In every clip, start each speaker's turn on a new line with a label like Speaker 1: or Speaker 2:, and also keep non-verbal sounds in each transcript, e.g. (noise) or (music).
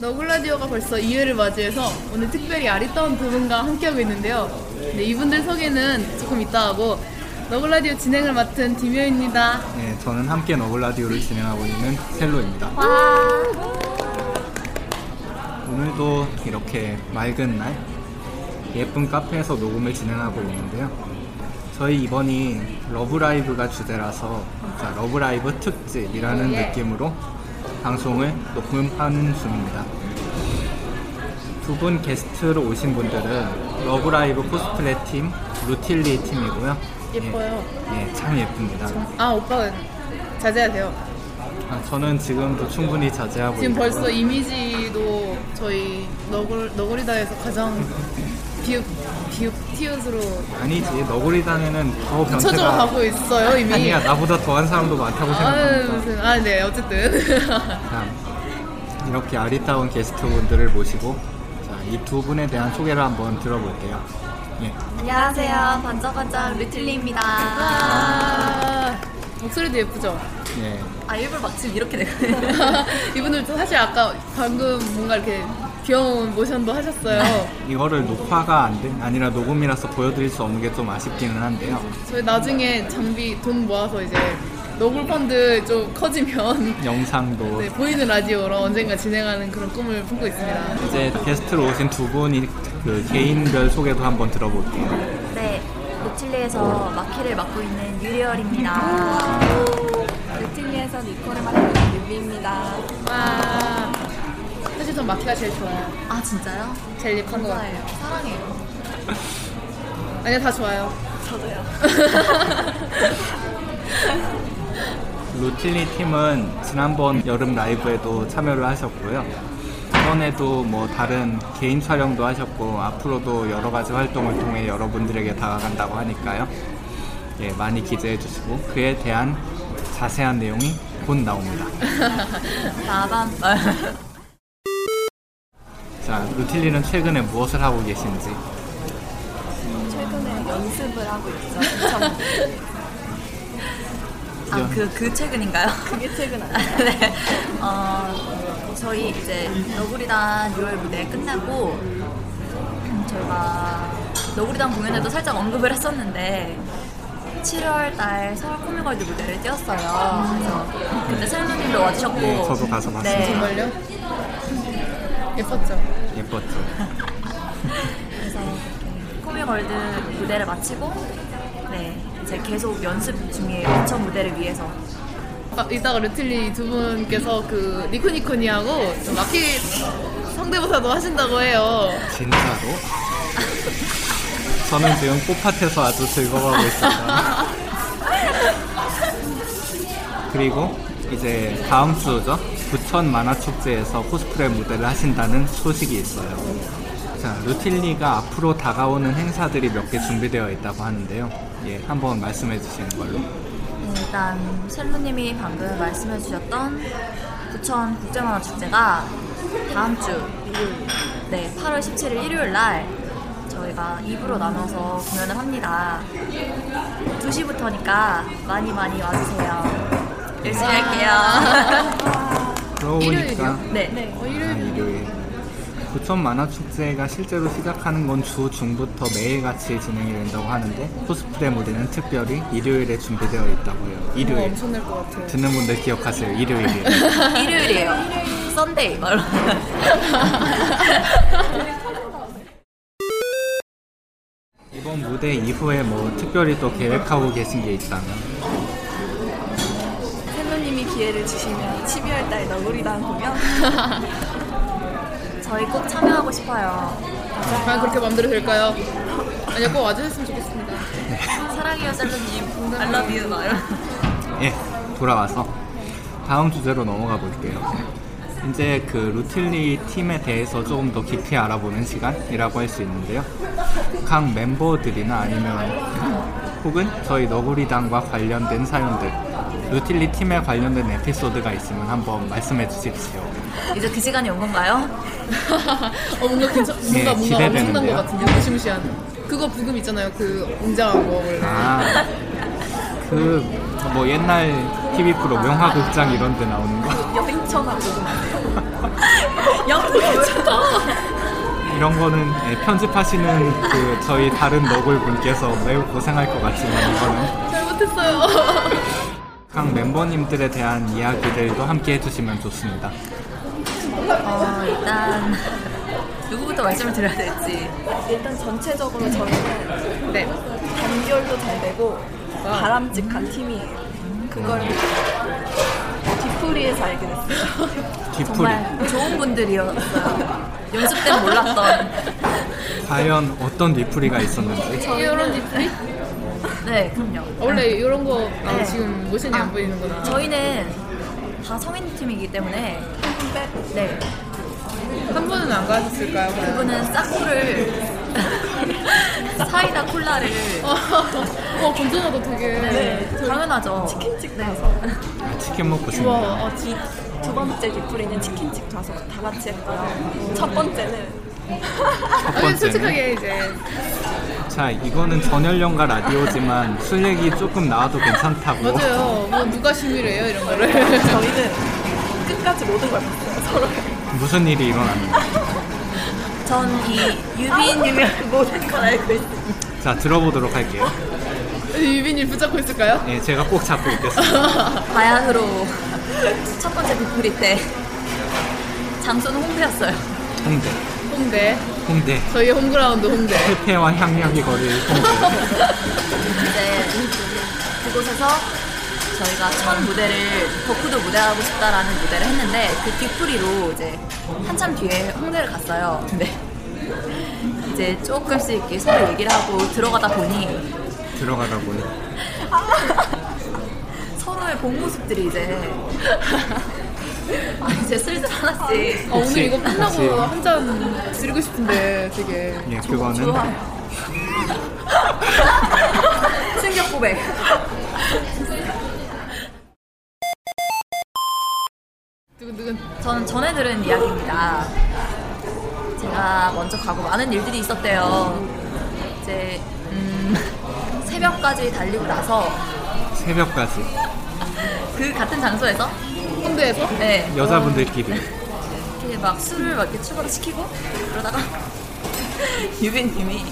Speaker 1: 너굴라디오가 벌써 2회를 맞이해서 오늘 특별히 아리따운 두 분과 함께하고 있는데요. 네, 이분들 소개는 조금 이따 하고 너굴라디오 진행을 맡은 디묘입니다.
Speaker 2: 네, 저는 함께 너굴 라디오를 진행하고 있는 셀로입니다. 오늘도 이렇게 맑은 날 예쁜 카페에서 녹음을 진행하고 있는데요. 저희 이번이 러브라이브가 주제라서 자, 러브라이브 특집이라는
Speaker 1: 예.
Speaker 2: 느낌으로 방송을 녹음하는 중입니다. 두 분 게스트로 오신 분들은 러브라이브 코스프레 팀, 루틸리 팀이고요.
Speaker 1: 예뻐요.
Speaker 2: 예, 예, 참 예쁩니다.
Speaker 1: 아, 오빠는 자제하세요.
Speaker 2: 아, 저는 지금도 충분히 자제하고
Speaker 1: 지금
Speaker 2: 있고요.
Speaker 1: 벌써 이미지도 저희 너굴, 너구리다에서 가장 비읍, 비읍 티읕으로
Speaker 2: 아니지 너구리 단에는 더
Speaker 1: 아, 쳐져
Speaker 2: 변태가
Speaker 1: 가고 있어요, 이미.
Speaker 2: 아니야 나보다 더한 사람도 많다고
Speaker 1: 아유,
Speaker 2: 생각합니다.
Speaker 1: 무슨, 아, 네, 어쨌든. (laughs)
Speaker 2: 자, 이렇게 아리따운 게스트분들을 모시고 이 두 분에 대한 소개를 한번 들어볼게요. 예.
Speaker 3: 안녕하세요. 반짝반짝 류틸리입니다.
Speaker 1: 아, 목소리도 예쁘죠?
Speaker 2: 예.
Speaker 3: 아, 일부러 막 지금 이렇게 내고.
Speaker 1: (laughs) 이분들 또 사실 아까 방금 뭔가 이렇게 귀여운 모션도 하셨어요.
Speaker 2: 이거를 녹화가 안 돼, 아니라 녹음이라서 보여드릴 수 없는 게 좀 아쉽기는 한데요.
Speaker 1: 저희 나중에 장비 돈 모아서 이제 너굴 펀드 좀 커지면 (laughs)
Speaker 2: 영상도
Speaker 1: 네, 보이는 라디오로 언젠가 진행하는 그런 꿈을 품고 있습니다.
Speaker 2: 이제 게스트로 오신 두 분이 그 개인별 소개도 한번 들어볼게요.
Speaker 3: 네. 루틸리에서 마키를 맡고 있는 유리얼입니다. 루틸리에서 니콜을 맡고 있는 유비입니다.
Speaker 1: 와, 사실 전 마키가 제일 좋아요.
Speaker 3: 아, 진짜요?
Speaker 1: 제일 예쁜 것 같아요.
Speaker 3: 감사해요. 사랑해요.
Speaker 1: 아니요, 다 좋아요.
Speaker 3: 저도요.
Speaker 2: 루틸리 팀은 지난번 여름 라이브에도 참여를 하셨고요. 이번에도 뭐 다른 개인 촬영도 하셨고 앞으로도 여러 가지 활동을 통해 여러분들에게 다가간다고 하니까요. 예, 많이 기대해 주시고 그에 대한 자세한 내용이 곧 나옵니다.
Speaker 3: 나밤.
Speaker 2: (laughs) 자, 루틸리는 최근에 무엇을 하고 계신지
Speaker 3: 최근에 연습을 하고 있죠. 아, 그, 그
Speaker 2: (laughs)
Speaker 3: 최근인가요? 그게 최근 아니에요? 네. 어, 저희 이제 너구리단 6월 무대 끝나고, 음, 저희가 너구리단 공연에도 살짝 언급을 했었는데, 7월 달 서울 코미걸드 무대를 뛰었어요. 그래서 그때 설명님도 와주셨고,
Speaker 2: 네, 저도 가서 봤습니다.
Speaker 1: 정말요? 예뻤죠?
Speaker 2: 예뻤죠.
Speaker 3: 그래서 코미걸드 무대를 마치고 네 이제 계속 연습 중이에요. 인천 무대를 위해서.
Speaker 1: 아, 이따가 르틀리 두 분께서 그 니코니코니하고 좀 마키 성대모사도 하신다고 해요.
Speaker 2: 진짜로? 저는 지금 꽃밭에서 아주 즐거워하고 있습니다. 그리고 이제 다음 주죠? 부천 만화축제에서 코스프레 무대를 하신다는 소식이 있어요. 자, 루틸리가 앞으로 다가오는 행사들이 몇 개 준비되어 있다고 하는데요. 예, 한번 말씀해 주시는 걸로.
Speaker 3: 네, 일단 셀루님이 방금 말씀해주셨던 부천 국제만화축제가 다음 주 일요일, 네 8월 17일 일요일 날 저희가 2부로 나눠서 공연을 합니다. 2시부터니까 많이 많이 와주세요. 열심히 할게요. (laughs)
Speaker 2: 그러니까
Speaker 1: 일요일이요?
Speaker 3: 네.
Speaker 1: 어,
Speaker 2: 아,
Speaker 1: 일요일
Speaker 2: 일요일. 부천 만화축제가 실제로 시작하는 건 주 중부터 매일같이 진행이 된다고 하는데 코스프레 무대는 특별히 일요일에 준비되어 있다고 해요.
Speaker 1: 뭐
Speaker 2: 일요일.
Speaker 1: 엄청날 것 같아요.
Speaker 2: 듣는 분들 기억하세요. 일요일이에요.
Speaker 3: 일요일이에요. 썬데이 말로.
Speaker 2: 무대 이후에 뭐 특별히 또 계획하고 계신 게 있다면?
Speaker 3: 팬노님이 기회를 주시면 12월 달 너구리단 보면 저희 꼭 참여하고 싶어요.
Speaker 1: 과연 그렇게 마음대로 될까요? 아니요, 꼭 와주셨으면 좋겠습니다.
Speaker 3: 사랑해요, 셀러님. I love you. 막 이런.
Speaker 2: 예, 돌아와서 다음 주제로 넘어가 볼게요. 이제 그 루틸리 팀에 대해서 조금 더 깊이 알아보는 시간이라고 할 수 있는데요. 각 멤버들이나 아니면 혹은 저희 너구리당과 관련된 사연들, 루틸리 팀에 관련된 에피소드가 있으면 한번 말씀해 주십시오.
Speaker 3: 이제 그 시간이 온 건가요?
Speaker 1: 어, 뭔가 괜찮, 뭔가,
Speaker 2: 예,
Speaker 1: 뭔가
Speaker 2: 기대되는데요.
Speaker 1: 엄청난 것 같은데, 무시무시한. 그거 부금 있잖아요, 그 웅장한 거 원래.
Speaker 2: 아, 그 뭐 옛날 TV 프로 명화극장 이런 데 나오는 거
Speaker 3: 여행천하고. 야, 그거 괜찮다.
Speaker 2: 이런 거는 예, 편집하시는 그 저희 다른 너굴 분께서 매우 고생할 것 같지만 이거는
Speaker 1: 잘못했어요.
Speaker 2: 각 멤버님들에 대한 이야기들도 함께 해주시면 좋습니다.
Speaker 3: 어, 일단 누구부터 말씀을 드려야 될지.
Speaker 4: 일단 전체적으로 저희는
Speaker 1: 네.
Speaker 4: 단결도 잘 되고 바람직한 팀이에요. 그걸 뒤풀이에서 알게 됐어요.
Speaker 2: 뒤풀이
Speaker 3: 정말 좋은 분들이었어요. 연습 때 몰랐던.
Speaker 2: 과연 어떤 뒤풀이가 있었는지
Speaker 1: 이런 디프리?
Speaker 3: 네, 그럼요.
Speaker 1: 원래 이런 거 아,
Speaker 3: 네.
Speaker 1: 지금 모션이
Speaker 3: 아,
Speaker 1: 안 보이는구나.
Speaker 3: 저희는 다 성인 팀이기 때문에 네
Speaker 1: 한 분은 안 가셨을까요? 과연?
Speaker 3: 그분은 싹코를 (laughs) 사이다 콜라를
Speaker 1: (laughs) 어, 건전하다 되게.
Speaker 3: 네, 당연하죠.
Speaker 4: 치킨집 가서
Speaker 2: 아, 치킨 먹고 싶네요.
Speaker 1: 와, 아, 진
Speaker 4: 두 번째 뒤풀이는 치킨집 가서 다 같이 했고요. 첫 번째는
Speaker 2: 첫
Speaker 1: 아니,
Speaker 2: 번째는
Speaker 1: 솔직하게 이제.
Speaker 2: 자 이거는 전연령과 라디오지만 술 얘기 조금 나와도 괜찮다고
Speaker 1: 맞아요. 뭐 누가 심의를 (laughs) 해요, 이런 거를.
Speaker 4: 저희는 끝까지 모든 걸 봤어요. 서로
Speaker 2: 무슨 일이 일어났는지
Speaker 3: 전 이 아, 유빈님의 모든 걸 알고 있어요.
Speaker 2: 자 들어보도록 할게요.
Speaker 1: 유빈이 붙잡고 있을까요?
Speaker 2: 예, 제가 꼭 잡고 있겠습니다.
Speaker 1: (laughs)
Speaker 3: 바야흐로 첫 번째 비프리 때 장소는 홍대였어요.
Speaker 2: 홍대,
Speaker 1: 홍대.
Speaker 2: 홍대.
Speaker 1: 저희 홈그라운드 홍대.
Speaker 2: 실패와 향력이 거릴 홍대.
Speaker 3: 이제 그곳에서 저희가 첫 무대를 덕후도 무대하고 싶다라는 무대를 했는데 그 뒷풀이로 이제 한참 뒤에 홍대를 갔어요. 근데 이제 조금씩 이렇게 서로 얘기를 하고 들어가다 보니
Speaker 2: 들어가다 보니
Speaker 3: 서로의 본 모습들이 이제 (laughs) 아, 이제 슬슬 하나씩
Speaker 1: 어, 오늘 이거
Speaker 2: 혹시-
Speaker 1: 끝나고 한 잔 드리고 싶은데 되게
Speaker 2: 예, 그거는
Speaker 3: 좋아요. (laughs) 충격 고백.
Speaker 1: 두근두근
Speaker 3: 저는 전에 들은 이야기입니다. 제가 먼저 가고 많은 일들이 있었대요. 이제 음, (laughs) 새벽까지 달리고 나서
Speaker 2: 새벽까지
Speaker 3: 그 같은 장소에서
Speaker 1: 홍대에서
Speaker 3: 네,
Speaker 2: 여자분들끼리
Speaker 3: 이렇게 막 술을 막 이렇게 추가로 시키고 그러다가 (laughs) 유빈님이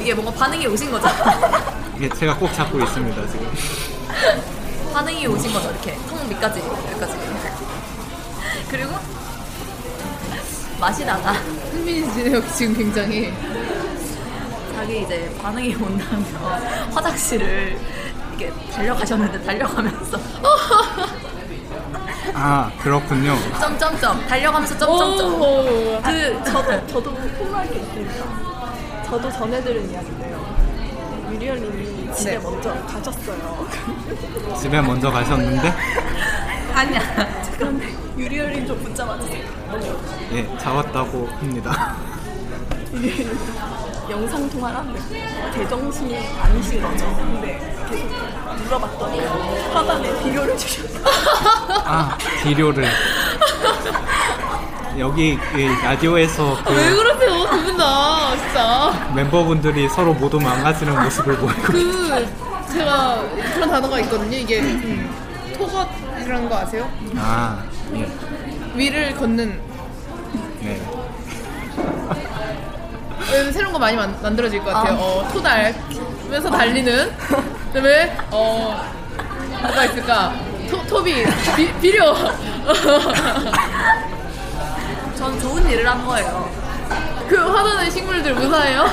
Speaker 3: 이게 뭔가 반응이 오신 거죠. (laughs)
Speaker 2: 이게 예, 제가 꼭 잡고 있습니다 지금
Speaker 3: 반응이 오신 거죠. 이렇게 턱 밑까지 여기까지. 그리고 마시다가
Speaker 1: 흥민이 진혁 지금 굉장히
Speaker 3: 자기 이제 반응이 (laughs) 온다면서 화장실을 이렇게 달려가셨는데 달려가면서 (laughs)
Speaker 2: 아 그렇군요
Speaker 3: 점점점 달려가면서 점점점
Speaker 1: 오
Speaker 3: 그 저도
Speaker 4: 저도 폭로할 게 있습니다. 저도 전해 들은 이야기인데요. 유리언님이
Speaker 1: 네.
Speaker 4: 집에 먼저 가셨어요.
Speaker 2: 집에 먼저 가셨는데
Speaker 3: 아니야
Speaker 4: 그런데 유리언님 좀 붙잡아주세요.
Speaker 2: 예 잡았다고 합니다
Speaker 4: 영상 통화를 하는데 제정신이 아니신 거죠. 근데 계속 물어봤더니 화단에 비료를 주셨어요.
Speaker 2: 아 비료를 여기 이 라디오에서
Speaker 1: 아, 왜
Speaker 2: 그
Speaker 1: 그러세요 두 분 다 진짜
Speaker 2: 멤버분들이 서로 모두 망가지는 모습을 보이고
Speaker 1: 그 제가 그런 단어가 있거든요 이게
Speaker 4: 음.
Speaker 1: 음, 토것이라는 거 (laughs) 아세요?
Speaker 2: 아예
Speaker 1: 위를 걷는
Speaker 2: 네.
Speaker 1: 왜냐면 음, 새로운 거 많이 만, 만들어질 것 같아요 어, 토달 면서 달리는 그다음에 어 뭐가 있을까 토, 토비 비, 비료 (laughs)
Speaker 3: 전 좋은 일을 한 거예요
Speaker 1: 그 화나는 식물들 무사해요?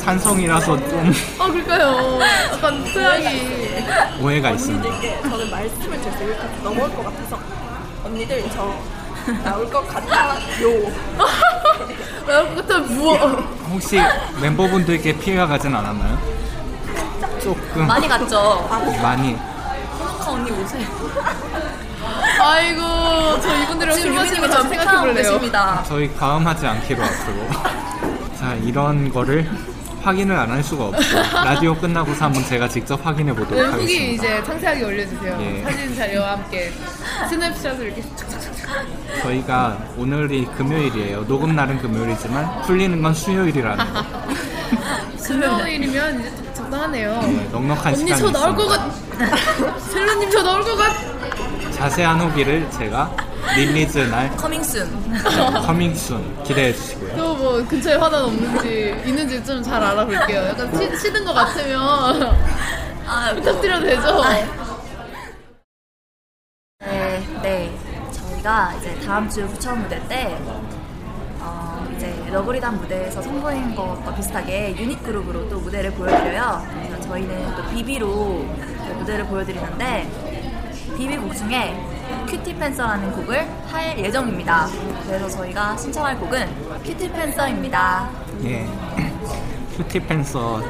Speaker 2: 산성이라서 좀
Speaker 1: 아 그러니까요. 약간 특이하기.
Speaker 2: (laughs) 오해가 있습니다.
Speaker 4: 언니들께 저는 말씀을 드려서 이렇게 넘어올 것 같아서 언니들 저 나올 것 같아요.
Speaker 1: (laughs) 나올 것 같아 무어.
Speaker 2: 혹시 멤버분들께 피해가 가진 않았나요? 조금
Speaker 3: 많이 갔죠.
Speaker 1: 아,
Speaker 2: 많이
Speaker 3: 아까 언니 오세요.
Speaker 1: 아이고 저 이분들이랑 술 마시는
Speaker 3: 지금 유빈님이
Speaker 1: 거저
Speaker 3: 저를
Speaker 1: 생각해
Speaker 3: 생각하고
Speaker 1: 볼래요.
Speaker 3: 계십니다.
Speaker 2: 저희 과음하지
Speaker 1: (laughs)
Speaker 2: 않기로 앞으로 자 이런 거를 확인을 안 할 수가 없죠. 라디오 끝나고서 한번 제가 직접 확인해
Speaker 1: 네, 후기
Speaker 2: 보도록 하겠습니다.
Speaker 1: 이제 상세하게 올려주세요.
Speaker 2: 예.
Speaker 1: 사진 자료와 함께 스냅샷을 이렇게
Speaker 2: 저희가 오늘이 금요일이에요. 녹음 날은 금요일이지만 풀리는 건 수요일이라는 거.
Speaker 1: 금요일이면 이제 또 적당하네요.
Speaker 2: 네, 넉넉한
Speaker 1: 언니
Speaker 2: 시간이
Speaker 1: 저 나올 것
Speaker 2: 있습니다.
Speaker 1: 같. (laughs) 셀러님 저 나올 것 같.
Speaker 2: 자세한 후기를 제가 릴리즈 날
Speaker 1: (laughs)
Speaker 3: 커밍순.
Speaker 2: 커밍순 기대해 주시고요.
Speaker 1: 또 뭐 근처에 화단 없는지 있는지 좀 잘 알아볼게요. 약간 치, 치는 것 같으면
Speaker 3: (laughs) 아,
Speaker 1: 부탁드려도 되죠?
Speaker 3: 네, 네. 저희가 이제 다음 주 부천 무대 때 어, 이제 러브리단 무대에서 선보인 것과 비슷하게 유닛 그룹으로 또 무대를 보여드려요. 그래서 저희는 또 비비로 무대를 보여드리는데 비비곡 중에 큐티 팬서라는 곡을 할 예정입니다. 그래서 저희가 신청할 곡은 큐티 팬서입니다.
Speaker 2: 예. 큐티 팬서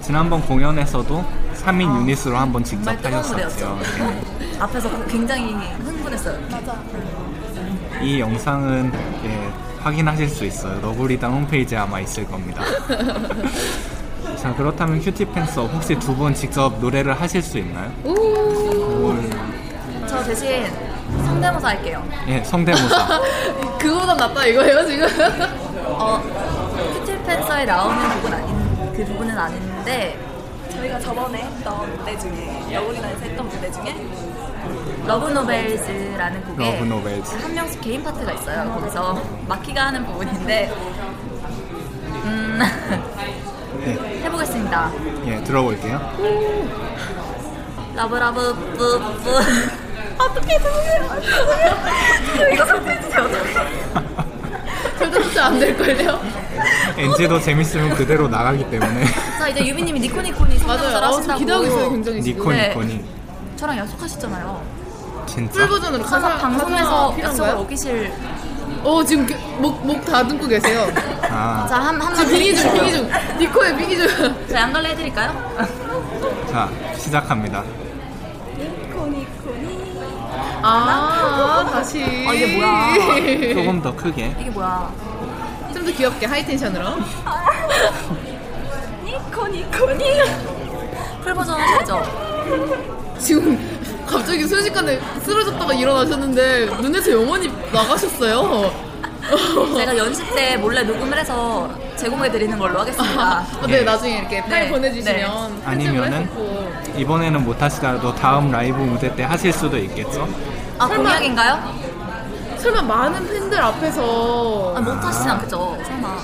Speaker 2: 지난번 공연에서도
Speaker 1: 아,
Speaker 2: 3인 유닛으로 한번 직접
Speaker 3: 정말 뜨거운
Speaker 2: 하셨었죠.
Speaker 3: 무대였죠. 앞에서 굉장히 흥분했어요.
Speaker 2: 예. 이 영상은 예, 확인하실 수 있어요. 너구리당 홈페이지에 아마 있을 겁니다.
Speaker 1: (laughs)
Speaker 2: 자 그렇다면 큐티 팬서 혹시 두 분 직접 노래를 하실 수 있나요?
Speaker 3: 저 대신 성대모사 할게요.
Speaker 2: 예 성대모사.
Speaker 1: 그거보다 낫다 이거예요 지금? (laughs)
Speaker 3: 어, 피틀팬서에 나오는 부분 아닌 그 부분은 아닌데
Speaker 4: 저희가 저번에 했던 무대 중에 여우리나에서 했던 무대 중에
Speaker 3: 러브노벨즈라는 곡에
Speaker 2: 러브노벨즈.
Speaker 3: 한 명씩 개인 파트가 있어요. 거기서 마키가 하는 부분인데 음, 해보겠습니다.
Speaker 2: 예 들어볼게요.
Speaker 3: 러브러브 뿌뿌 어떻게 해요? 이거 선택해주세요. 어떡해.
Speaker 1: 절대 진짜 안 될걸요?
Speaker 3: 아,
Speaker 2: 엔지도 재밌으면 그대로 나가기 때문에 (laughs)
Speaker 3: 자 이제 유빈님이 니코니코니
Speaker 1: 맞아요.
Speaker 3: 성대모사를
Speaker 1: 아, 저
Speaker 3: 하신다고
Speaker 1: 기대하고 있어요, 굉장히 지금.
Speaker 2: 니코
Speaker 3: 네.
Speaker 2: 니코니
Speaker 3: 저랑 약속하셨잖아요.
Speaker 2: 진짜
Speaker 1: 풀 버전으로
Speaker 3: 항상
Speaker 1: 가사
Speaker 3: 방송에서 약속을
Speaker 1: 필요한가요?
Speaker 3: 어기실
Speaker 1: 어 지금 그- 목, 목 다듬고 계세요.
Speaker 2: 아,
Speaker 3: 자한
Speaker 1: 지금
Speaker 3: 한마디
Speaker 1: 비기 중, 비기 중. 니코의 비기 중.
Speaker 3: 저 양갈래 해드릴까요?
Speaker 2: 자 시작합니다
Speaker 1: 아 다시.
Speaker 3: 아, 이게 뭐야.
Speaker 2: 조금 더 크게
Speaker 3: 이게 뭐야?
Speaker 1: (laughs) 좀 더 귀엽게 하이텐션으로.
Speaker 4: 니코니코니
Speaker 3: 풀 버전 하시죠?
Speaker 1: 지금 갑자기 순식간에 쓰러졌다가 일어나셨는데 눈에서 영원히 나가셨어요.
Speaker 3: 제가 연습 때 몰래 녹음을 해서 제공해 드리는 걸로 하겠습니다.
Speaker 1: 아, 네, 나중에 이렇게 팔
Speaker 3: 네,
Speaker 1: 보내주시면
Speaker 2: 네.
Speaker 1: 편집을
Speaker 2: 예. 아니면은?
Speaker 1: 했었고.
Speaker 2: 이번에는 못 하시더라도 다음 라이브 무대 때 하실 수도 있겠죠
Speaker 3: 아 공약인가요?
Speaker 1: 설마 많은 팬들 앞에서
Speaker 3: 아, 못 하시진 않겠죠? 설마.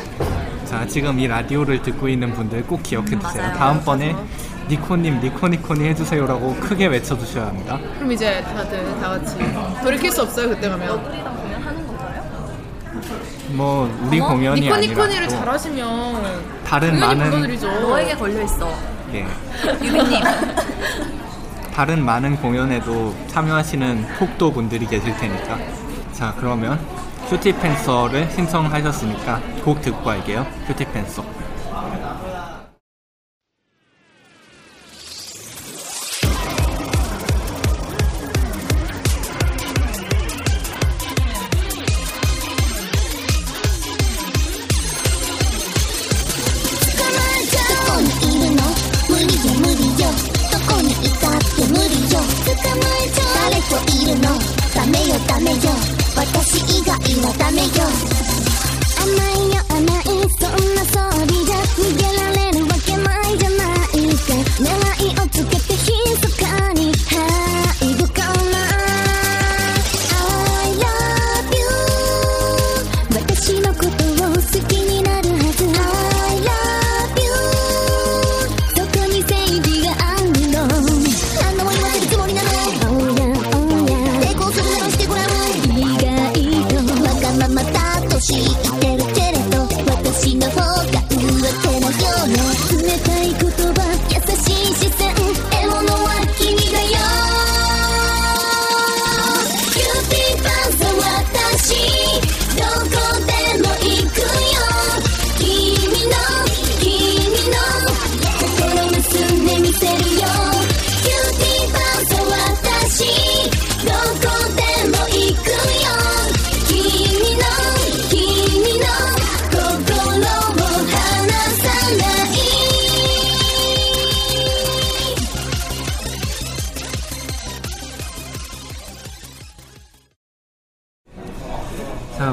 Speaker 2: 자 지금 이 라디오를 듣고 있는 분들 꼭 기억해
Speaker 3: 음,
Speaker 2: 두세요
Speaker 3: 맞아요.
Speaker 2: 다음번에 니코님 니코니코니 해주세요라고 크게 외쳐주셔야 합니다
Speaker 1: 그럼 이제 다들 다 같이 돌이킬 수 없어요 그때 가면
Speaker 2: 뭐 우리
Speaker 3: 어머,
Speaker 2: 공연이
Speaker 1: 니코니코니를
Speaker 2: 아니라
Speaker 1: 잘하시면
Speaker 2: 다른
Speaker 1: 당연히
Speaker 2: 많은-
Speaker 1: 불러드리죠.
Speaker 3: 너에게 걸려 있어.
Speaker 2: 또, 예,
Speaker 3: 유빈님.
Speaker 2: 다른 많은 공연에도 참여하시는 폭도 분들이 계실 테니까 자 그러면 큐티 팬서를 신청하셨으니까 곡 듣고 갈게요 큐티 팬서
Speaker 5: ダメよ甘いよ甘いそんな総理じゃ逃げられる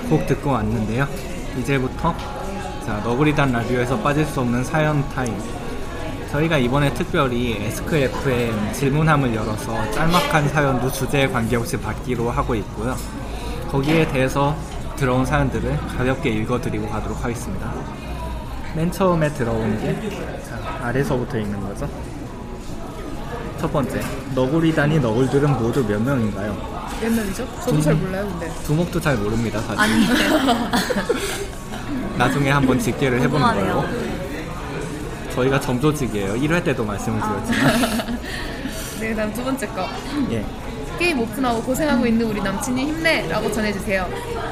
Speaker 2: 곡 듣고 왔는데요. 이제부터 자 너구리단 라디오에서 빠질 수 없는 사연 타임. 저희가 이번에 특별히 에스크FM 질문함을 열어서 짤막한 사연도 주제에 관계없이 받기로 하고 있고요. 거기에 대해서 들어온 사연들을 가볍게 읽어드리고 가도록 하겠습니다. 맨 처음에 들어온 게 자, 아래서부터 읽는 거죠. 첫 번째, 너구리단이 너굴들은 모두 몇 명인가요?
Speaker 1: 몇 명이죠? 저도 잘 몰라요, 근데.
Speaker 2: 두목도 잘 모릅니다, 사실.
Speaker 3: (laughs) 아니
Speaker 2: 나중에 한번 집계를 해보는 걸로.
Speaker 3: 궁금하네요.
Speaker 2: 저희가 점조직이에요. 1회 때도 말씀을
Speaker 1: 아.
Speaker 2: 드렸지만.
Speaker 1: 네, 다음 두 번째 거.
Speaker 2: 예.
Speaker 1: 게임 오픈하고 고생하고 있는 우리 남친이 힘내라고 전해주세요.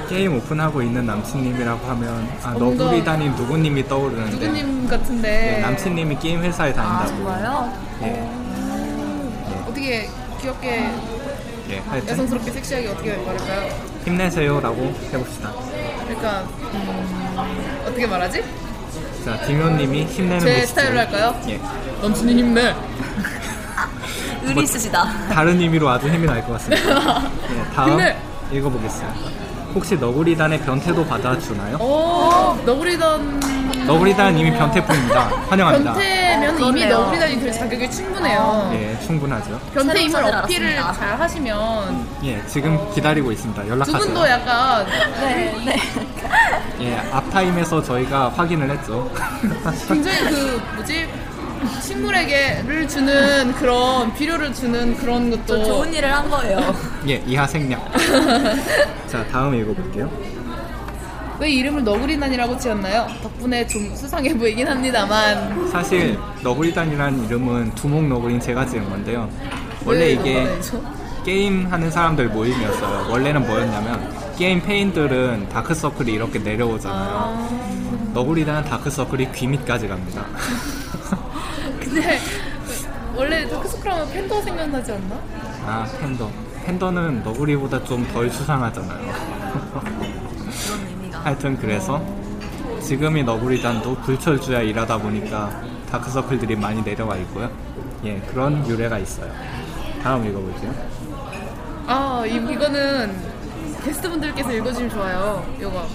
Speaker 2: 게임 오픈하고 있는 남친님이라고 하면, 아,
Speaker 1: 어, 뭔가-
Speaker 2: 너구리단이 누구님이 떠오르는데.
Speaker 1: 누구님 네.
Speaker 2: 예,
Speaker 1: 같은데
Speaker 2: 남친님이 게임 회사에
Speaker 3: 아
Speaker 2: 다닌다고.
Speaker 3: 정말요?
Speaker 2: 예.
Speaker 1: 어떻게 귀엽게
Speaker 2: 예. 하여튼,
Speaker 1: 여성스럽게 섹시하게 어떻게 말할까요?
Speaker 2: 힘내세요라고 해봅시다.
Speaker 1: 그러니까 음, 어떻게 말하지?
Speaker 2: 자, 디묘님이 힘내는
Speaker 1: 제
Speaker 2: 모습을-
Speaker 1: 스타일로 할까요?
Speaker 2: 예.
Speaker 1: 남친이 힘내.
Speaker 3: 의리 있으시다.
Speaker 2: 다른 의미로 아주 힘이 날 것 같습니다.
Speaker 1: (laughs)
Speaker 2: 예, 다음
Speaker 1: 힘내!
Speaker 2: 읽어보겠습니다. 혹시 너구리단의 변태도 받아주나요?
Speaker 1: 어. 오, 너구리단
Speaker 2: 너구리단은 이미
Speaker 1: (laughs)
Speaker 2: 변태뿐입니다. 환영합니다.
Speaker 1: 변태면
Speaker 3: 어,
Speaker 1: 이미
Speaker 3: 그러네요.
Speaker 1: 너구리단이 될 자격이 충분해요.
Speaker 2: 예, 충분하죠.
Speaker 1: 변태임을
Speaker 3: 새로운 사실
Speaker 1: 어필을
Speaker 3: 알았습니다.
Speaker 1: 잘 하시면
Speaker 2: 예, 지금 기다리고 있습니다.
Speaker 1: 두
Speaker 2: 연락하세요.
Speaker 1: 분도 약간
Speaker 3: 네 네.
Speaker 2: 예, 앞타임에서 저희가 확인을 했죠. (laughs)
Speaker 1: 굉장히 그 뭐지 식물에게를 주는 그런 비료를 주는 그런
Speaker 3: 저
Speaker 1: 것도
Speaker 3: 좋은 일을 한 거예요.
Speaker 2: 예,
Speaker 1: (laughs)
Speaker 2: 이하 생략. 자, 다음 읽어볼게요.
Speaker 1: 왜 이름을 너구리난이라고 지었나요? 덕분에 좀 수상해 보이긴 합니다만
Speaker 2: 사실 너구리단이라는 이름은 두목 너구리인 제가 지은 건데요. 원래
Speaker 1: 왜
Speaker 2: 이게
Speaker 1: 너구리단이죠?
Speaker 2: 게임 하는 사람들 모임이었어요. 원래는 뭐였냐면 게임 페인들은 다크서클이 이렇게 내려오잖아요. 너구리단은 다크서클이 귀 밑까지 갑니다.
Speaker 1: 근데 원래 다크서클하면 팬더 생각나지 않나?
Speaker 2: 아 팬더 팬더는 너구리보다 좀 덜 수상하잖아요
Speaker 3: 그런 의미가.
Speaker 2: 하여튼 그래서 지금이 너구리단도 불철주야 일하다 보니까 다크서클들이 많이 내려와 있고요 예 그런 유래가 있어요 다음 읽어볼게요
Speaker 1: 아 이, 이거는 게스트분들께서 읽어주시면 좋아요 이거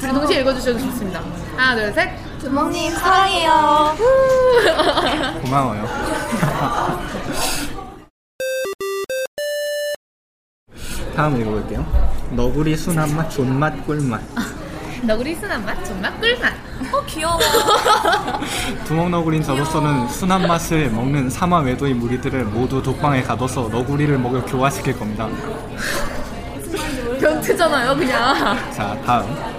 Speaker 1: 둘이 동시에 읽어주셔도 좋습니다 하나 둘셋
Speaker 3: 두목님 사랑해요.
Speaker 2: 고마워요 (laughs) 다음 읽어볼게요 너구리 순한 맛 존맛 꿀맛
Speaker 1: 너구리 순한 맛 존맛 꿀맛
Speaker 3: 어 귀여워.
Speaker 2: 두목 너구리인 저로서는 순한 맛을 먹는 사마 외도인 무리들을 모두 독방에 가둬서 너구리를 먹여 교화시킬 겁니다
Speaker 1: 변태잖아요 그냥
Speaker 2: 자 다음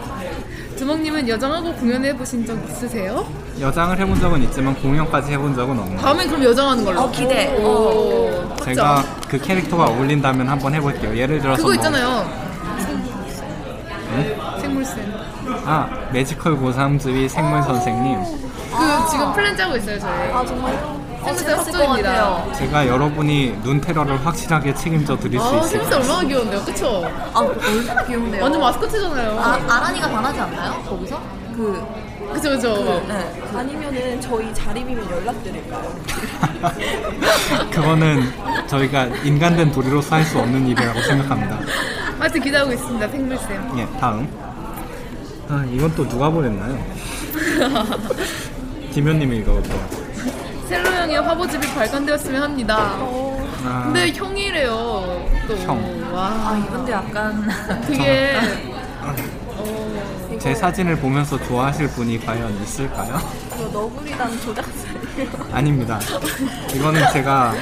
Speaker 1: 주먹님은 여장하고 공연해 보신 적 있으세요?
Speaker 2: 여장을 해본 적은 있지만 공연까지 해본 적은 없네요.
Speaker 1: 다음엔 그럼 여장하는 걸로
Speaker 3: 어 기대. 어.
Speaker 1: 오,
Speaker 2: 제가 그 캐릭터가 어울린다면 한번 해볼게요. 예를 들어서
Speaker 1: 그거
Speaker 2: 뭐-
Speaker 1: 있잖아요 생물쌤
Speaker 2: 아 매지컬 고삼주의 생물 선생님.
Speaker 1: 그 지금 플랜 짜고 있어요 저희
Speaker 3: 아 정말요? 어,
Speaker 1: 생물쌤
Speaker 3: 재밌을 것
Speaker 1: 확정입니다.
Speaker 3: 같아요.
Speaker 2: 제가 여러분이 눈 테러를 확실하게 책임져 드릴 수
Speaker 1: 아
Speaker 2: 있을 것
Speaker 1: 생물쌤
Speaker 2: 같아요.
Speaker 1: 얼마나 귀여운데요 그쵸?
Speaker 3: 아 얼마나 (laughs) 귀엽네요.
Speaker 1: 완전 마스코트잖아요
Speaker 3: 아, 아란이가 반하지 않나요? 거기서? 그
Speaker 1: 그쵸 그쵸
Speaker 3: 네.
Speaker 4: 아니면은 저희 자립이면 연락드릴까요?
Speaker 2: 그거는 저희가 인간된 도리로서 할 수 없는 일이라고 생각합니다.
Speaker 1: 하여튼 기대하고 있습니다 생물쌤
Speaker 2: 예 다음. 아 이건 또 누가
Speaker 4: (laughs)
Speaker 2: 보냈나요? 김현님이 읽어볼게요.
Speaker 1: 셀로 형의 화보집이 발간되었으면 합니다
Speaker 2: 아,
Speaker 4: 네.
Speaker 1: 근데 형이래요 또
Speaker 2: 형. 예.
Speaker 3: 아
Speaker 1: 와,
Speaker 3: 이분도 약간
Speaker 1: 그게
Speaker 2: 제 사진을 보면서 좋아하실 분이 과연 있을까요?
Speaker 4: 이거 너구리단 조작사 (laughs)
Speaker 2: 아닙니다. 이거는 제가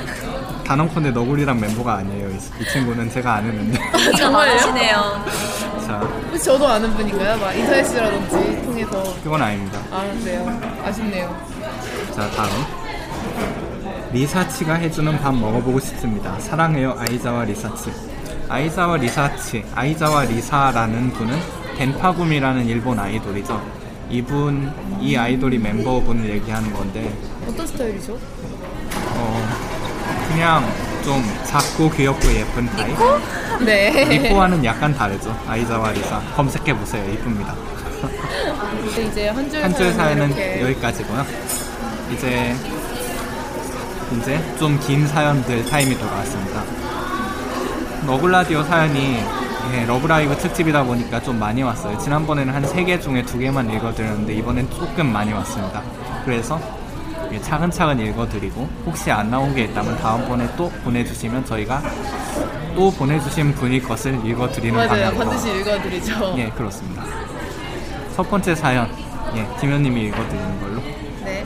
Speaker 2: 단언컨대 너구리랑 멤버가 아니에요. 이, 이 친구는 제가 아는 멤버. (laughs)
Speaker 3: 인기가
Speaker 1: 정말요?
Speaker 3: 많으시네요.
Speaker 2: 자,
Speaker 1: 혹시 저도 아는 분인가요? 막 인터넷이라든지 통해서
Speaker 2: 그건 아닙니다.
Speaker 1: 알았네요. 아쉽네요.
Speaker 2: 자, 다음. 리사치가 해주는 밥 먹어보고 싶습니다. 사랑해요, 아이자와 리사치. 아이자와 리사치, 아이자와 리사라는 분은 덴파굼이라는 일본 아이돌이죠. 이분, 이 아이돌이 멤버분을 얘기하는 건데,
Speaker 1: 어떤
Speaker 2: (laughs)
Speaker 1: 스타일이죠?
Speaker 2: 어, 그냥 좀 작고 귀엽고 예쁜 아이.
Speaker 1: 네.
Speaker 2: 니코와는 약간 다르죠. 아이자와 리사 검색해 보세요. 이쁩니다.
Speaker 1: 근데 이제 한줄
Speaker 2: 한 줄 사연은
Speaker 1: 이렇게
Speaker 2: 여기까지고요. 이제 이제 좀 긴 사연들 타임이 돌아왔습니다. 너굴라디오 사연이 예, 러브라이브 특집이다 보니까 좀 많이 왔어요. 지난번에는 한 세 개 중에 두개만 읽어드렸는데 이번엔 조금 많이 왔습니다. 그래서 예, 차근차근 읽어드리고 혹시 안 나온 게 있다면 다음번에 또 보내주시면 저희가 또 보내주신 분이 것을 읽어드리는
Speaker 1: 맞아요.
Speaker 2: 방향으로
Speaker 1: 반드시 읽어드리죠.
Speaker 2: 예 그렇습니다. 첫 번째 사연 예 김현님이 읽어드리는 걸로
Speaker 1: 네.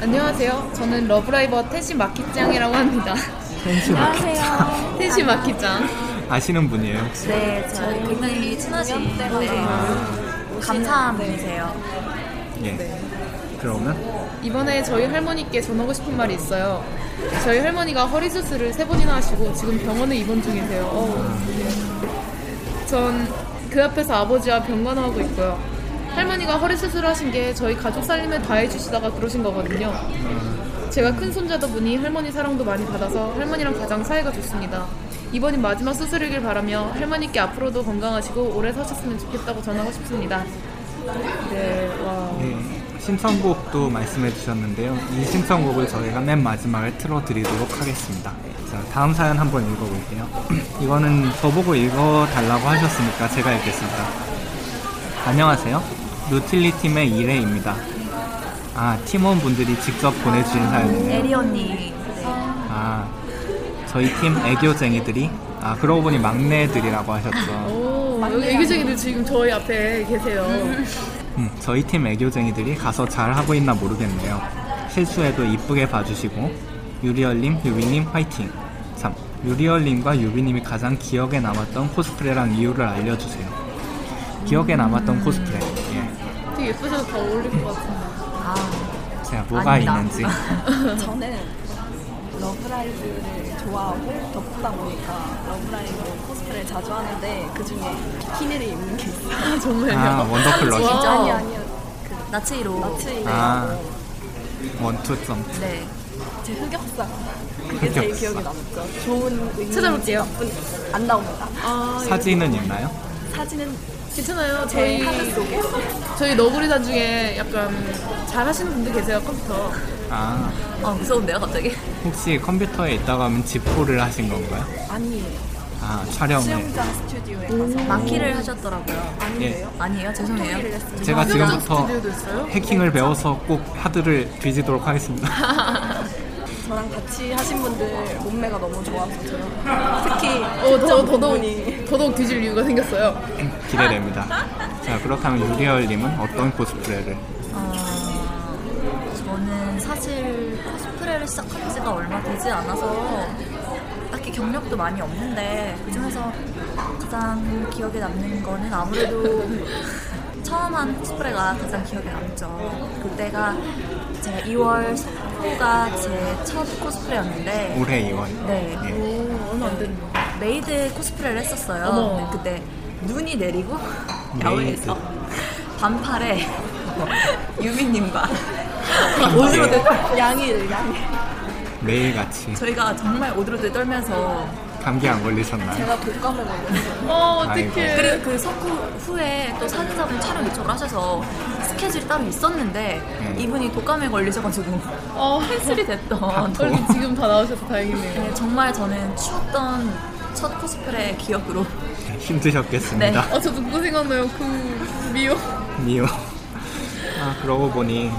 Speaker 1: 안녕하세요. 저는 러브라이버 태시 마키짱이라고 합니다. (laughs)
Speaker 2: 텐시 마켓
Speaker 1: 태시 마키짱.
Speaker 2: 아시는 분이에요 혹시?
Speaker 3: 네, 저희 굉장히 친하신 네. 감사한 분이세요.
Speaker 2: 예. 그러면
Speaker 1: 이번에 저희 할머니께 전하고 싶은 말이 있어요. 저희 할머니가 허리 수술을 세 번이나 하시고 지금 병원에 입원 중이세요. 전 그 앞에서 아버지와 병간호하고 있고요. 할머니가 허리 수술하신 게 저희 가족 살림을 다 해주시다가 그러신 거거든요. 제가 큰 손자다 보니 할머니 사랑도 많이 받아서 할머니랑 가장 사이가 좋습니다. 이번이 마지막 수술이길 바라며 할머니께 앞으로도 건강하시고 오래 사셨으면 좋겠다고 전하고 싶습니다. 네, 와.
Speaker 2: 네, 신청곡도 말씀해 주셨는데요. 이 신청곡을 저희가 맨 마지막에 틀어드리도록 하겠습니다. 자, 다음 사연 한번 읽어볼게요. (clears throat) 이거는 저보고 읽어달라고 하셨으니까 제가 읽겠습니다. 안녕하세요. 누틸리팀의 이래입니다. 아, 팀원분들이 직접 보내주신 사연이네요.
Speaker 3: 에리 언니.
Speaker 2: 아, 저희 팀 애교쟁이들이 아, 그러고 보니 막내들이라고 하셨죠.
Speaker 1: 오, 여기 애기쟁이들 지금 저희 앞에 계세요.
Speaker 2: 음, 저희 팀 애교쟁이들이 가서 잘 하고 있나 모르겠네요. 실수해도 이쁘게 봐주시고 유리얼님, 유비님 화이팅. 참 유리얼님과 유비님이 가장 기억에 남았던 코스프레랑 이유를 알려주세요. 기억에 남았던 코스프레. 예.
Speaker 1: 되게 예쁘셔서 더 어울릴 것 같은데.
Speaker 2: 제가 뭐가
Speaker 3: 아니다.
Speaker 2: 있는지.
Speaker 4: (laughs) 저는 러브라이브를 좋아하고 덕후다 보니까 러브라이브 코스프레를 자주 하는데 그 중에 비키니를 입는 게 있어요. (laughs)
Speaker 1: 아, 정말요?
Speaker 2: 아 원더클러지.
Speaker 1: 진짜?
Speaker 4: 아니 아니요.
Speaker 3: 그 나츠이로.
Speaker 4: 제
Speaker 2: 아 원투 썸.
Speaker 3: 네.
Speaker 4: 흑역사 그게 제일
Speaker 2: 흑역사. (laughs)
Speaker 4: 기억에 남죠. 좋은 의미
Speaker 1: 찾아볼게요.
Speaker 4: 나쁜- 안 나옵니다.
Speaker 1: 아,
Speaker 2: 사진은 있나요?
Speaker 4: 사진은
Speaker 1: 괜찮아요.
Speaker 4: 저희
Speaker 1: 저희,
Speaker 4: 카드 속에
Speaker 1: 저희 너구리단 중에 약간 잘 하시는 분들 계세요, 컴퓨터.
Speaker 2: 아
Speaker 3: 아, 무서운데요, 갑자기?
Speaker 2: 혹시 컴퓨터에 있다가 하면 지포를 하신 건가요?
Speaker 4: 아니에요.
Speaker 2: 아 촬영을.
Speaker 4: 수영장 스튜디오에 가서
Speaker 3: 마키를 하셨더라고요. 네.
Speaker 2: 예.
Speaker 3: 아니에요? 죄송해요.
Speaker 4: 마키를 했어요.
Speaker 2: 제가 지금부터
Speaker 1: 스튜디오도 있어요?
Speaker 2: 해킹을 배워서 꼭 하드를 뒤지도록 하겠습니다.
Speaker 4: 저랑 같이 하신 분들 몸매가 너무 좋아서 저요. 특히
Speaker 1: 어, 더, 더더욱,
Speaker 4: 분이.
Speaker 1: 더더욱 뒤질 이유가 생겼어요.
Speaker 2: 기대됩니다. 자, 그렇다면 유리얼님은 어떤 코스프레를?
Speaker 3: 어, 저는 사실 코스프레를 시작한 지가 얼마 되지 않아서 딱히 경력도 많이 없는데 그중에서 가장 기억에 남는 거는 아무래도 처음 한 코스프레가 가장 기억에 남죠. 그때가 제가 2월 19가 제 첫 코스프레였는데
Speaker 2: 올해 2월.
Speaker 3: 네.
Speaker 2: 예.
Speaker 1: 얼마 안 됐네.
Speaker 3: 메이드 코스프레를 했었어요.
Speaker 1: 어머.
Speaker 3: 근데 그때 눈이 내리고 야외에서 반팔에 (laughs) 유미님과 옷으로 된
Speaker 4: 아, 네. 양일 양일.
Speaker 2: 매일같이
Speaker 3: 저희가 정말 오드로드 떨면서
Speaker 2: 감기 안 걸리셨나요?
Speaker 4: 제가 독감을 걸렸어요.
Speaker 1: 어, 어떡해.
Speaker 3: 그리고 그 석후 후에 또 사진사분 촬영 요청을 하셔서 스케줄이 따로 있었는데
Speaker 2: 음.
Speaker 3: 이분이 독감에 걸리셔가지고 (laughs)
Speaker 1: 어, (laughs)
Speaker 3: 캔슬이
Speaker 4: 아,
Speaker 3: 됐던
Speaker 2: 또.
Speaker 1: 그래도 지금 다 나오셔서 다행이네요.
Speaker 3: 네, 정말 저는 추웠던 첫 코스프레 기억으로
Speaker 2: 힘드셨겠습니다.
Speaker 1: 어, 저 누구 생각나요? 그, 미요.
Speaker 2: (laughs)
Speaker 3: 네.
Speaker 2: 미요. 아, 그러고 보니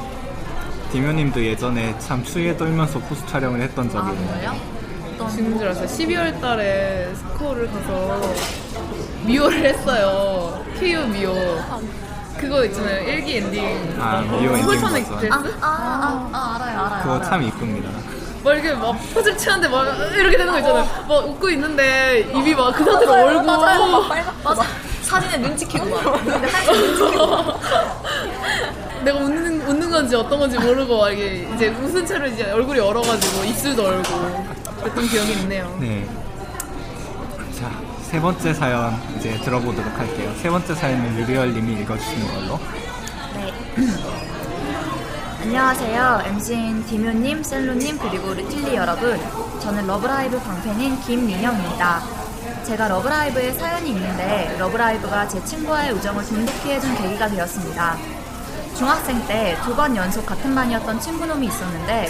Speaker 2: 디묘님도 예전에 참 추위에 떨면서 포스 촬영을 했던
Speaker 3: 아
Speaker 2: 적이 있네요.
Speaker 3: 뭐예요? 어떤
Speaker 1: 지금 줄 알았어요. 12월 달에 스코어를 가서 미호를 했어요. KU 미호. 그거 있잖아요. 일기 엔딩.
Speaker 2: 아, 미호 엔딩
Speaker 1: 홀선의
Speaker 2: 버전.
Speaker 1: 드레스?
Speaker 3: 아, 아, 아, 아, 알아요 알아요
Speaker 2: 그거
Speaker 3: 알아요.
Speaker 2: 참 이쁩니다.
Speaker 1: 막 이렇게 막 포즈를 취하는데 막 이렇게 되는 거 있잖아요. 막 웃고 있는데 입이 막 그 상태로 얼고.
Speaker 3: 맞아 사진에 눈 찍히고
Speaker 1: 내가 웃는, 웃는 건지 어떤 건지 모르고 막 이게 이제 웃은 채로 이제 얼굴이 얼어가지고 입술도 얼고. 그랬던 기억이 있네요.
Speaker 2: 네. 자, 세 번째 사연 이제 들어보도록 할게요. 세 번째 사연은 유리얼님이 읽어주시는 걸로.
Speaker 3: 네. 안녕하세요. MC인 디묘님, 셀루님, 그리고 리틸리 여러분. 저는 러브라이브 광팬인 김윤영입니다. 제가 러브라이브에 사연이 있는데, 러브라이브가 제 친구와의 우정을 돈독히해준 계기가 되었습니다. 중학생 때 두 번 연속 같은 반이었던 친구놈이 있었는데,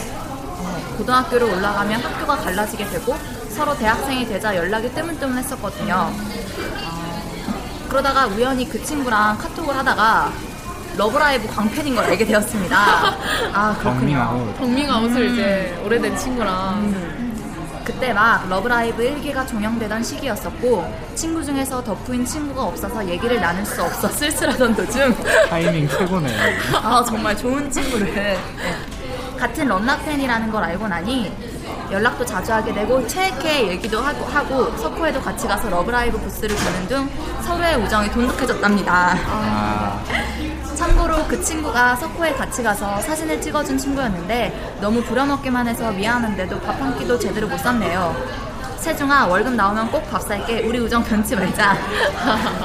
Speaker 3: 어, 고등학교로 올라가면 학교가 갈라지게 되고, 서로 대학생이 되자 연락이 뜨문뜨문했었거든요. 어, 그러다가 우연히 그 친구랑 카톡을 하다가 러브라이브 광팬인 걸 알게 되었습니다. 아 그렇군요.
Speaker 2: 정리아웃
Speaker 1: 정민가 아웃을 이제 오래된 친구랑
Speaker 3: 그때 막 러브라이브 1기가 종영되던 시기였었고 친구 중에서 덕후인 친구가 없어서 얘기를 나눌 수 없어 쓸쓸하던 도중
Speaker 2: 타이밍 최고네요.
Speaker 3: 아 정말 좋은 친구를 네. 같은 런나 팬이라는 걸 알고 나니 연락도 자주 하게 되고 최애 얘기도 하고, 하고 석호에도 같이 가서 러브라이브 부스를 보는 등 서로의 우정이 돈독해졌답니다.
Speaker 2: 아,
Speaker 3: 참고로 그 친구가 석호에 같이 가서 사진을 찍어준 친구였는데 너무 부려먹기만 해서 미안한데도 밥 한 끼도 제대로 못 샀네요. 세중아 월급 나오면 꼭 밥 살게 우리 우정 변치 말자.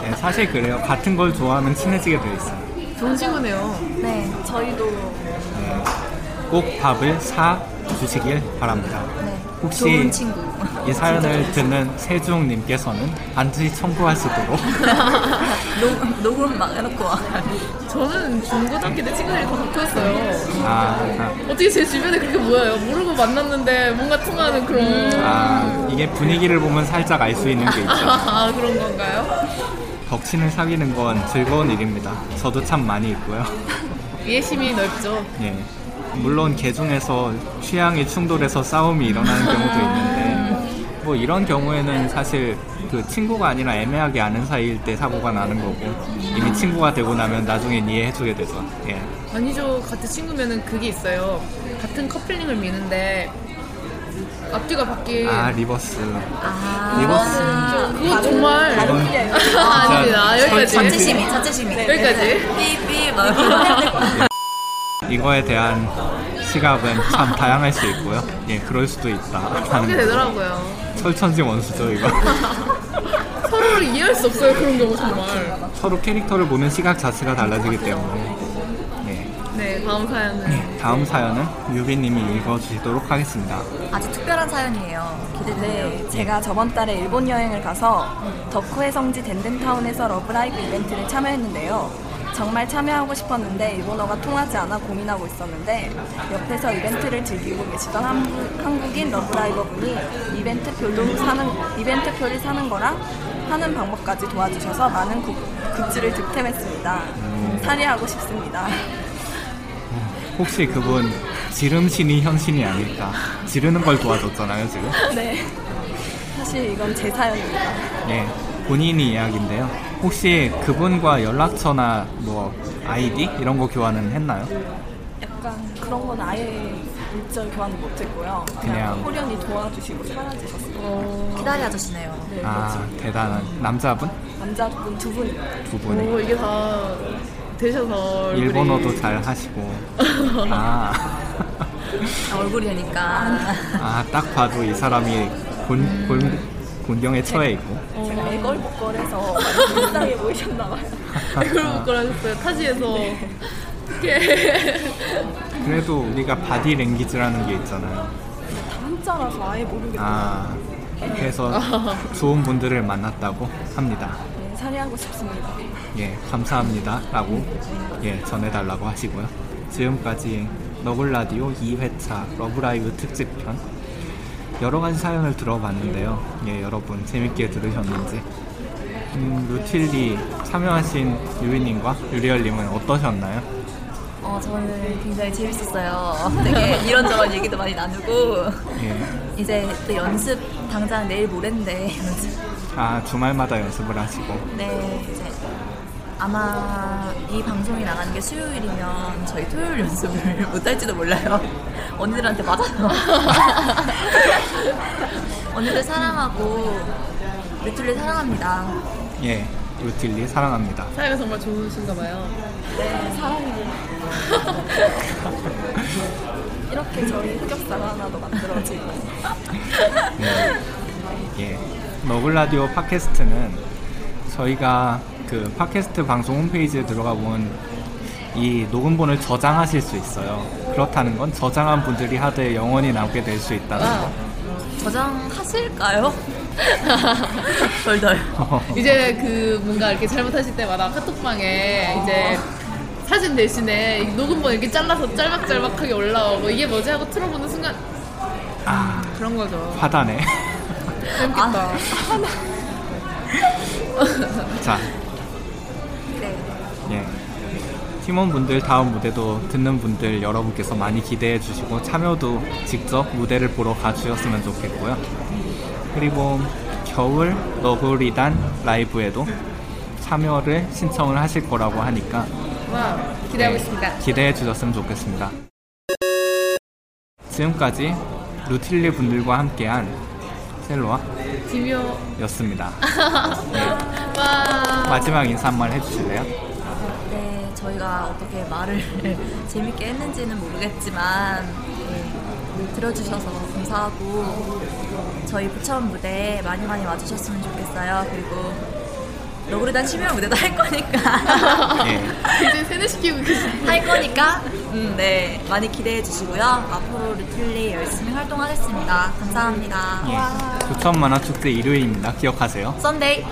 Speaker 2: 네, 사실 그래요. 같은 걸 좋아하면 친해지게 돼 있어요.
Speaker 1: 좋은 친구네요.
Speaker 3: 네,
Speaker 4: 저희도
Speaker 2: 꼭 밥을 사 주시길 바랍니다.
Speaker 3: 네.
Speaker 2: 혹시
Speaker 3: 좋은 (laughs) 친구.
Speaker 2: 이 사연을 듣는 세중님께서는 반드시
Speaker 3: (laughs)
Speaker 2: 청구하시도록
Speaker 3: 녹, 녹음 막 해놓고 와.
Speaker 1: 저는 중고등학교 때 친구들이 다 바뀌었어요.
Speaker 2: 아, 그러니까,
Speaker 1: 어떻게 제 주변에 그렇게 모여요? 모르고 만났는데 뭔가 통하는 그런.
Speaker 2: 아, 이게 분위기를 보면 살짝 알 수 있는 게
Speaker 1: (laughs)
Speaker 2: 있죠.
Speaker 3: (laughs)
Speaker 1: 아, 그런 건가요?
Speaker 2: 덕친을 사귀는 건 즐거운 일입니다. 저도 참 많이 있고요.
Speaker 1: 이해심이 넓죠.
Speaker 2: 예. 물론 개 중에서 취향이 충돌해서 싸움이 일어나는 경우도
Speaker 3: 음.
Speaker 2: 있는데 뭐 이런 경우에는 사실 그 친구가 아니라 애매하게 아는 사이일 때 사고가 나는 거고 이미 친구가 되고 나면 나중엔 이해해주게 되죠. 예.
Speaker 1: 아니죠. 같은 친구면은 그게 있어요. 같은 커플링을 미는데 앞뒤가 바뀐.
Speaker 2: 아 리버스.
Speaker 3: 아,
Speaker 2: 리버스.
Speaker 1: 그건 정말.
Speaker 2: 이건
Speaker 1: (laughs) 아닙니다.
Speaker 3: 네,
Speaker 4: 네,
Speaker 1: 여기까지.
Speaker 3: 자체심이, 자체심이.
Speaker 1: 여기까지.
Speaker 2: 네.
Speaker 3: 삐삐 막 이러고.
Speaker 2: 이거에 대한 시각은 참 다양할 수 있고요. 예, 그럴 수도 있다.
Speaker 1: 그렇게 되더라고요.
Speaker 2: 철천지 원수죠 이거. (laughs)
Speaker 1: 서로를 이해할 수 없어요. 그런 경우 정말.
Speaker 2: 서로 캐릭터를 보는 시각 자체가 달라지기 때문에. 예.
Speaker 1: 네, 다음 사연은.
Speaker 2: 네, 다음 사연은 유빈님이 읽어주시도록 하겠습니다.
Speaker 3: 아주 특별한 사연이에요. 기대돼요.
Speaker 4: 네, 제가 저번 달에 일본 여행을 가서 덕후의 성지 덴덴타운에서 러브라이브 이벤트를 참여했는데요. 정말 참여하고 싶었는데 일본어가 통하지 않아 고민하고 있었는데 옆에서 이벤트를 즐기고 계시던 한- 한국인 러브라이버 분이 이벤트 표도 사는 이벤트 표를 사는 거랑 하는 방법까지 도와주셔서 많은 굿, 굿즈를 득템했습니다. 음. 사례하고 싶습니다.
Speaker 2: 혹시 그분 지름신이 현신이 아닐까? 지르는 걸 도와줬잖아요, 지금.
Speaker 4: 네. 사실 이건 제 사연입니다.
Speaker 2: 예, 본인이 이야기인데요. 혹시 그분과 연락처나 뭐 아이디 이런 거 교환은 했나요?
Speaker 4: 약간 그런 건 아예 일절 교환을 못했고요.
Speaker 2: 그냥.
Speaker 4: 그냥 호련히 도와주시고 사라지셨어요.
Speaker 3: 기다리 아저씨네요.
Speaker 4: 네,
Speaker 2: 아, 대단한 남자분
Speaker 4: 남자분 두 분이요.
Speaker 2: 두
Speaker 1: 오,
Speaker 3: 음,
Speaker 2: 분이
Speaker 1: 이게 다 되셔서. 얼굴이.
Speaker 2: 일본어도 잘
Speaker 3: (laughs)
Speaker 2: 하시고. 아,
Speaker 3: 아, 얼굴이니까.
Speaker 2: 아, 딱 봐도 이 사람이
Speaker 3: 음.
Speaker 2: 곤, 곤,
Speaker 3: 네.
Speaker 2: 곤경에 처해 있고.
Speaker 4: 제가 애걸복걸해서 (laughs) 많이 불쌍해 보이셨나봐요.
Speaker 1: (laughs) 그런 걸 하셨어요. 타지에서. 이렇게.
Speaker 2: 그래도 우리가 바디 랭귀지라는 게 있잖아요.
Speaker 4: 한자라서 아예 모르겠어요.
Speaker 2: 아,
Speaker 3: (laughs)
Speaker 2: 그래서 좋은 분들을 만났다고 합니다.
Speaker 4: 네, 사례하고 싶습니다.
Speaker 2: 예, 감사합니다. 라고 예, 전해달라고 하시고요. 지금까지 너굴라디오 2회차 러브라이브 특집편 여러 가지 사연을 들어봤는데요. 예, 여러분 재밌게 들으셨는지 음, 루틸리 참여하신 유빈님과 유리얼님은 어떠셨나요?
Speaker 3: 어, 저는 굉장히 재밌었어요. 되게 이런저런 얘기도 많이 나누고.
Speaker 2: 예,
Speaker 3: 이제 또 연습, 당장 내일 모레인데 연습.
Speaker 2: 아 주말마다 연습을 하시고
Speaker 3: 네, 이제 아마 이 방송이 나가는 게 수요일이면 저희 토요일 연습을 (laughs) 못할지도 몰라요. 언니들한테 맞아요. (laughs) 언니들 사랑하고 리틀리 사랑합니다.
Speaker 2: 예, 루틸리 사랑합니다.
Speaker 1: 사이가 정말 좋으신가 봐요.
Speaker 4: 이렇게 저희 흑역사가 하나도 만들어지고
Speaker 2: 예. 너굴라디오 팟캐스트는 저희가 그 팟캐스트 방송 홈페이지에 들어가 본이 녹음본을 저장하실 수 있어요. 그렇다는 건 저장한 분들이 하드에 영원히 남게 될 수 있다는 거.
Speaker 3: 저장하실까요? 덜덜.
Speaker 1: 이제 그 뭔가 이렇게 잘못하실 때마다 카톡방에 이제 사진 대신에 이 녹음본 이렇게 잘라서 짤막짤막하게 올라오고 이게 뭐지 하고 틀어보는 순간
Speaker 2: 아,
Speaker 1: 그런 거죠.
Speaker 2: 화다네.
Speaker 1: 재밌겠다.
Speaker 2: 자,
Speaker 4: 그래.
Speaker 1: 네.
Speaker 2: 예. 팀원분들 다음 무대도 듣는 분들 여러분께서 많이 기대해 주시고 참여도 직접 무대를 보러 가주셨으면 좋겠고요. 그리고 겨울 너구리단 라이브에도 참여를 신청을 하실 거라고 하니까
Speaker 1: 와 기대하고
Speaker 2: 네,
Speaker 1: 있습니다.
Speaker 2: 기대해 주셨으면 좋겠습니다. 지금까지 루틸리 분들과 함께한 셀로아였습니다.
Speaker 1: 디묘 와
Speaker 2: 마지막 인사 한 말 해주실래요?
Speaker 4: 네, 저희가 어떻게 말을 (laughs) 재밌게 했는지는 모르겠지만 네, 들어주셔서 감사하고 저희 부천 무대 많이 많이 와주셨으면 좋겠어요. 그리고 너구리단 심혈 무대도 할 거니까 (laughs)
Speaker 2: 예.
Speaker 1: 이제 세뇌시키고 계신
Speaker 4: 할 거니까 음, 네 많이 기대해 주시고요. 앞으로 리틀리 열심히 활동하겠습니다. 감사합니다.
Speaker 2: 예. 부천 만화 축제 일요일입니다. 기억하세요.
Speaker 4: 썬데이